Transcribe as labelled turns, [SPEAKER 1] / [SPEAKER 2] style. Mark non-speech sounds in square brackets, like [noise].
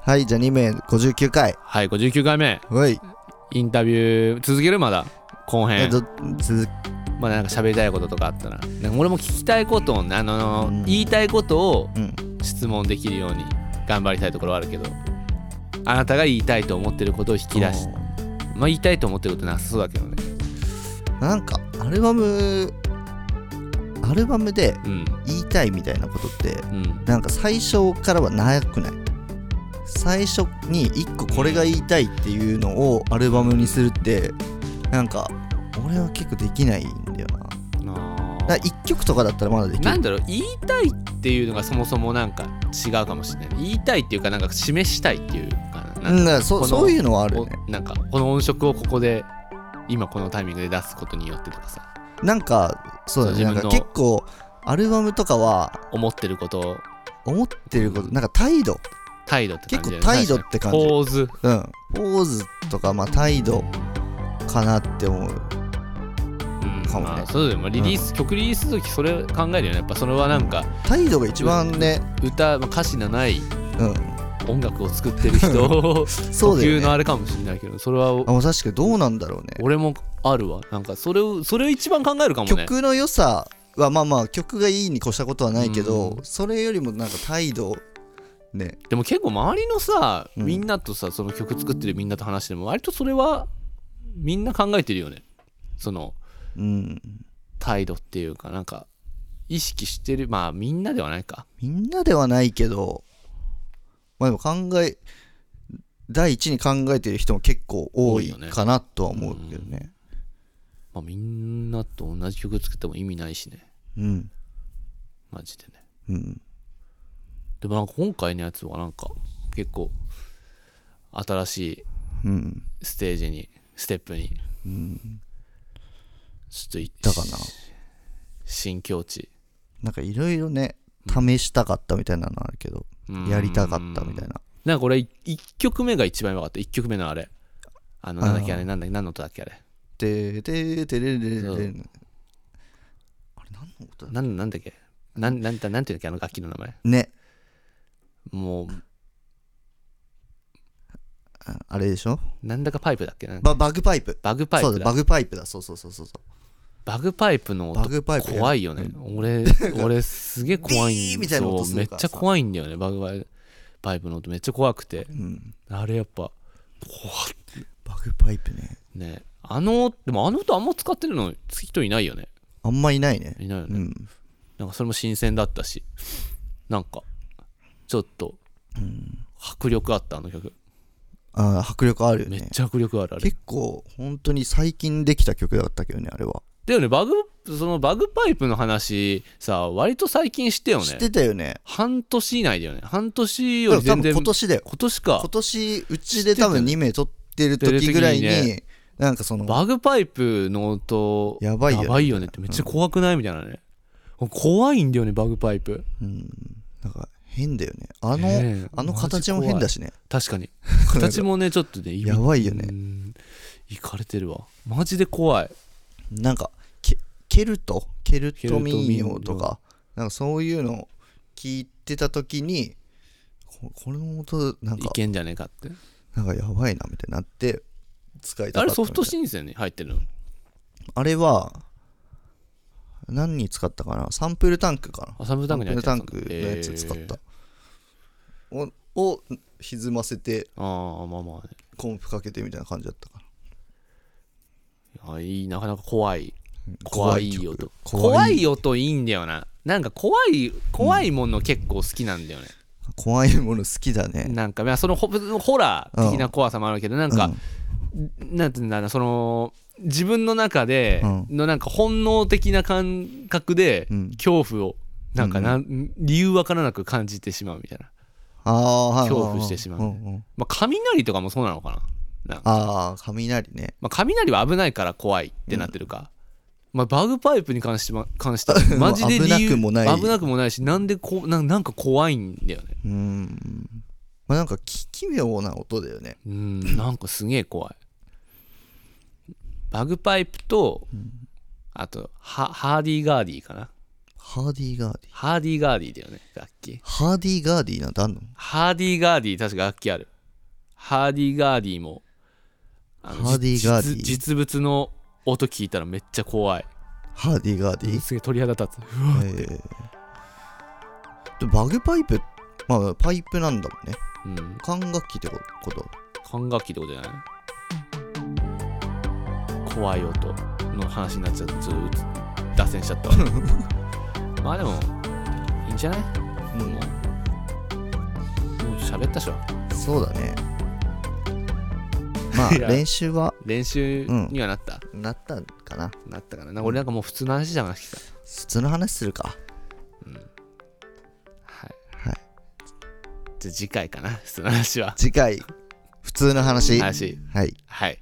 [SPEAKER 1] はい、じゃあ2名59回。
[SPEAKER 2] はい、59回目。
[SPEAKER 1] はい。
[SPEAKER 2] インタビュー続けるまだ後
[SPEAKER 1] え
[SPEAKER 2] 編
[SPEAKER 1] ど続き
[SPEAKER 2] まだなんか喋りたいこととかあったらなんか俺も聞きたいことをあの、
[SPEAKER 1] うん
[SPEAKER 2] 言いたいことを
[SPEAKER 1] うん
[SPEAKER 2] 質問できるように頑張りたいところはあるけどあなたが言いたいと思ってることを引き出しまあ言いたいと思ってることなさそうだけどね
[SPEAKER 1] なんか、アルバム、アルバムで
[SPEAKER 2] うん
[SPEAKER 1] 言いたいみたいなことって、
[SPEAKER 2] うん
[SPEAKER 1] なんか最初からはなくない最初に一個これが言いたいっていうのをアルバムにするって、なんか、俺は結構できないんだよな。
[SPEAKER 2] あ
[SPEAKER 1] だ1曲とかだったらまだでき
[SPEAKER 2] ー
[SPEAKER 1] る。
[SPEAKER 2] なんだろう言いたいっていうのがそもそもなんか違うかもしれない言いたいっていうかなんか示したいっていうかな
[SPEAKER 1] う
[SPEAKER 2] なんんか
[SPEAKER 1] だからそ
[SPEAKER 2] この
[SPEAKER 1] そういうのはあるよ
[SPEAKER 2] お
[SPEAKER 1] ね。
[SPEAKER 2] なんかこの音色をここで今このタイミングで出すことによってとかさ
[SPEAKER 1] なんか、そうだね。
[SPEAKER 2] そ
[SPEAKER 1] な
[SPEAKER 2] うん自分の
[SPEAKER 1] か結構、アルバムとかは
[SPEAKER 2] 思ってることを
[SPEAKER 1] 思ってること、なんか態度、
[SPEAKER 2] 態度って感じだよね
[SPEAKER 1] 結構態度って感じ
[SPEAKER 2] ポーズ
[SPEAKER 1] うん、ポーズとか、まあ、態度かなって思う。
[SPEAKER 2] うん
[SPEAKER 1] かもね
[SPEAKER 2] まあそうだよねまあリリース、曲リリースの時それ考えるよねやっぱそれはなんか
[SPEAKER 1] 態度が一番ね、
[SPEAKER 2] 歌、まあ、歌詞のない
[SPEAKER 1] うん、
[SPEAKER 2] 音楽を作ってる人
[SPEAKER 1] [laughs] そう
[SPEAKER 2] 特
[SPEAKER 1] だよ
[SPEAKER 2] 有
[SPEAKER 1] ね。
[SPEAKER 2] のあれかもしれないけどそれは
[SPEAKER 1] あもう確かにどうなんだろうね。
[SPEAKER 2] 俺もあるわなんかそれをそれを一番考えるかもね
[SPEAKER 1] 曲の良さは、まあまあ、曲がいいに越したことはないけど、
[SPEAKER 2] うん
[SPEAKER 1] それよりもなんか態度、ね、
[SPEAKER 2] でも結構周りのさ
[SPEAKER 1] うん
[SPEAKER 2] みんなとさその曲作ってるみんなと話しても割とそれはみんな考えてるよねその
[SPEAKER 1] うん。
[SPEAKER 2] 態度っていうかなんか意識してるまあみんなではないか
[SPEAKER 1] みんなではないけど、まあでも考え、第一に考えてる人も結構多い
[SPEAKER 2] 多いよね
[SPEAKER 1] かなとは思うけどね。
[SPEAKER 2] まあ、みんなと同じ曲作っても意味ないしね
[SPEAKER 1] うん。
[SPEAKER 2] マジでね
[SPEAKER 1] うん。
[SPEAKER 2] でもなんか今回のやつはなんか結構新しい
[SPEAKER 1] うん。
[SPEAKER 2] ステージにステップに
[SPEAKER 1] うん。
[SPEAKER 2] ちょっと行っ
[SPEAKER 1] だからな。
[SPEAKER 2] 新境地
[SPEAKER 1] なんかいろいろね、試したかったみたいなのあるけど、
[SPEAKER 2] うん
[SPEAKER 1] やりたかったみたいな。
[SPEAKER 2] なんかこれ1曲目が一番良かった1曲目のあれあのなんだっけ
[SPEAKER 1] あ
[SPEAKER 2] あ
[SPEAKER 1] ー
[SPEAKER 2] れなんだっけ何の音だっけあれ
[SPEAKER 1] てててれれれれ
[SPEAKER 2] そう
[SPEAKER 1] あれ何の音だ
[SPEAKER 2] なんなんだっけなんなんなんていうんだっけあの楽器の名前
[SPEAKER 1] ね、
[SPEAKER 2] もう
[SPEAKER 1] ああれでしょ
[SPEAKER 2] なんだかパイプだっけなんか
[SPEAKER 1] ババグパイプ。
[SPEAKER 2] バグパイ
[SPEAKER 1] そう
[SPEAKER 2] プ
[SPEAKER 1] だ、
[SPEAKER 2] だ
[SPEAKER 1] バグパイプだ。そうそうそうそうそ
[SPEAKER 2] バグパイプの
[SPEAKER 1] う。
[SPEAKER 2] 音
[SPEAKER 1] バグパイプ。
[SPEAKER 2] 怖いよね。
[SPEAKER 1] [laughs]
[SPEAKER 2] 俺、俺すげえ怖
[SPEAKER 1] ビ
[SPEAKER 2] い
[SPEAKER 1] ー
[SPEAKER 2] ん
[SPEAKER 1] みたいな音
[SPEAKER 2] そ
[SPEAKER 1] す
[SPEAKER 2] うめ
[SPEAKER 1] る
[SPEAKER 2] っ
[SPEAKER 1] から
[SPEAKER 2] ちゃ怖いんだよね、バグパイプの音。めっちゃ怖くて。
[SPEAKER 1] うん。
[SPEAKER 2] あれやっぱ、
[SPEAKER 1] バグパイプね。
[SPEAKER 2] ね。あの、でもあの音あんま使ってるの人いないよね。
[SPEAKER 1] あんまいないね。
[SPEAKER 2] いないよね。
[SPEAKER 1] うん。
[SPEAKER 2] なんかそれも新鮮だったし。なんか、ちょっと、迫力あった、あの曲。
[SPEAKER 1] あー迫力あるよ
[SPEAKER 2] めっ
[SPEAKER 1] ね。
[SPEAKER 2] ちゃ迫力ある、あれ。
[SPEAKER 1] 結構、本当に最近できた曲だったけどね、あれは。
[SPEAKER 2] だよね、バグ、そのバグパイプの話さ、割と最近してよ
[SPEAKER 1] 知っ
[SPEAKER 2] ね。
[SPEAKER 1] てたよね。
[SPEAKER 2] 半年以内だよね。半年
[SPEAKER 1] で
[SPEAKER 2] よ
[SPEAKER 1] も
[SPEAKER 2] り
[SPEAKER 1] 多
[SPEAKER 2] 全
[SPEAKER 1] 分
[SPEAKER 2] 然、
[SPEAKER 1] 今年だよ。
[SPEAKER 2] 今年か
[SPEAKER 1] 今。年、うちで多分2名撮ってる時ぐらい
[SPEAKER 2] 知ってる時に
[SPEAKER 1] に、なんかその、
[SPEAKER 2] バグパイプの音
[SPEAKER 1] やばいよね
[SPEAKER 2] ねってめっちゃ怖くないみたいなね、怖いんだよねバグパイプ
[SPEAKER 1] うん、なんか変だよね。あの、
[SPEAKER 2] ねえ
[SPEAKER 1] あの形も変だしね。
[SPEAKER 2] 確
[SPEAKER 1] [laughs]
[SPEAKER 2] かに形もねちょっとね
[SPEAKER 1] やばいよね
[SPEAKER 2] ねいかれてるわマジで怖い
[SPEAKER 1] なんか、ケケルトケルト民謡
[SPEAKER 2] ケルト
[SPEAKER 1] と
[SPEAKER 2] 民謡
[SPEAKER 1] か、なんかそういうのを聞いてた時に、ここれの音、なん
[SPEAKER 2] い
[SPEAKER 1] か、
[SPEAKER 2] けんじゃねえかって
[SPEAKER 1] なんかやばいなみたいになって、使いた
[SPEAKER 2] あ
[SPEAKER 1] かったみたい
[SPEAKER 2] れソフトシンセに入ってるの
[SPEAKER 1] あれは、何に使ったかなサンプルタンクかな
[SPEAKER 2] あサムタンクに入って
[SPEAKER 1] サ
[SPEAKER 2] る
[SPEAKER 1] ンプルタンクのやつ使っ
[SPEAKER 2] え
[SPEAKER 1] た
[SPEAKER 2] ー。
[SPEAKER 1] を、を歪ませて、
[SPEAKER 2] ああまあまあね
[SPEAKER 1] コンプかけてみたいな感じだったかな。
[SPEAKER 2] あいいなかなか怖い怖
[SPEAKER 1] 怖い
[SPEAKER 2] い
[SPEAKER 1] 曲
[SPEAKER 2] 音
[SPEAKER 1] 怖
[SPEAKER 2] 怖
[SPEAKER 1] い
[SPEAKER 2] い音いいんだよななんか怖い怖いもの結構好きなんだよね、
[SPEAKER 1] 怖いもの好きだね。
[SPEAKER 2] なんかまあそのホホラー的な怖さもあるけど、なんか、なんていうんだろうその自分の中で
[SPEAKER 1] うん
[SPEAKER 2] のなんか本能的な感覚で
[SPEAKER 1] うん
[SPEAKER 2] 恐怖をなんかなん理由わからなく感じてしまうみたいな、
[SPEAKER 1] ああ、はいはいはい
[SPEAKER 2] 恐怖してしまうね
[SPEAKER 1] んん
[SPEAKER 2] まあ、雷とかもそうなのかななんか
[SPEAKER 1] ああ、雷ね。
[SPEAKER 2] まあ、雷は危ないから怖いってなってるか、まあ、バグパイプに関しては関し
[SPEAKER 1] [laughs]
[SPEAKER 2] てはマジで理由
[SPEAKER 1] 危なくもない
[SPEAKER 2] 危なくもないしなんでこうなんなんか怖いんだよね
[SPEAKER 1] うーん。まあ、なんかき奇妙な音だよね。
[SPEAKER 2] うんなんかすげえ怖いバグパイプと、あとハハーディーガーディーかな
[SPEAKER 1] ハーディーガーディー
[SPEAKER 2] ハーディーガーディーだよね楽器
[SPEAKER 1] ハーディーガーディーなんてあんの
[SPEAKER 2] ハーディーガーディー確か楽器あるハーディーガーディーもあの
[SPEAKER 1] ハーディーガーディー
[SPEAKER 2] 実実物の音聞いたらめっちゃ怖い
[SPEAKER 1] ハーディーガーディー
[SPEAKER 2] すげえ鳥肌立つ
[SPEAKER 1] えーでバグパイプまあパイプなんだもんね
[SPEAKER 2] うん
[SPEAKER 1] 管楽器ってこと
[SPEAKER 2] 管楽器ってことじゃない怖い音の話になっちゃうとちょっと脱線しちゃ [laughs] ったわまあでもいいんじゃない
[SPEAKER 1] うん
[SPEAKER 2] もうもう喋ったでしょ
[SPEAKER 1] そうだねまあ
[SPEAKER 2] いや
[SPEAKER 1] 練習は
[SPEAKER 2] 練習にはなった、
[SPEAKER 1] なったかな
[SPEAKER 2] なったかななんか俺なんかもう普通の話じゃなくてさ、
[SPEAKER 1] 普通の話するか
[SPEAKER 2] うん、はい
[SPEAKER 1] はい
[SPEAKER 2] じゃあ次回かな普通の話は
[SPEAKER 1] 次回普通の話
[SPEAKER 2] 話
[SPEAKER 1] はい
[SPEAKER 2] はい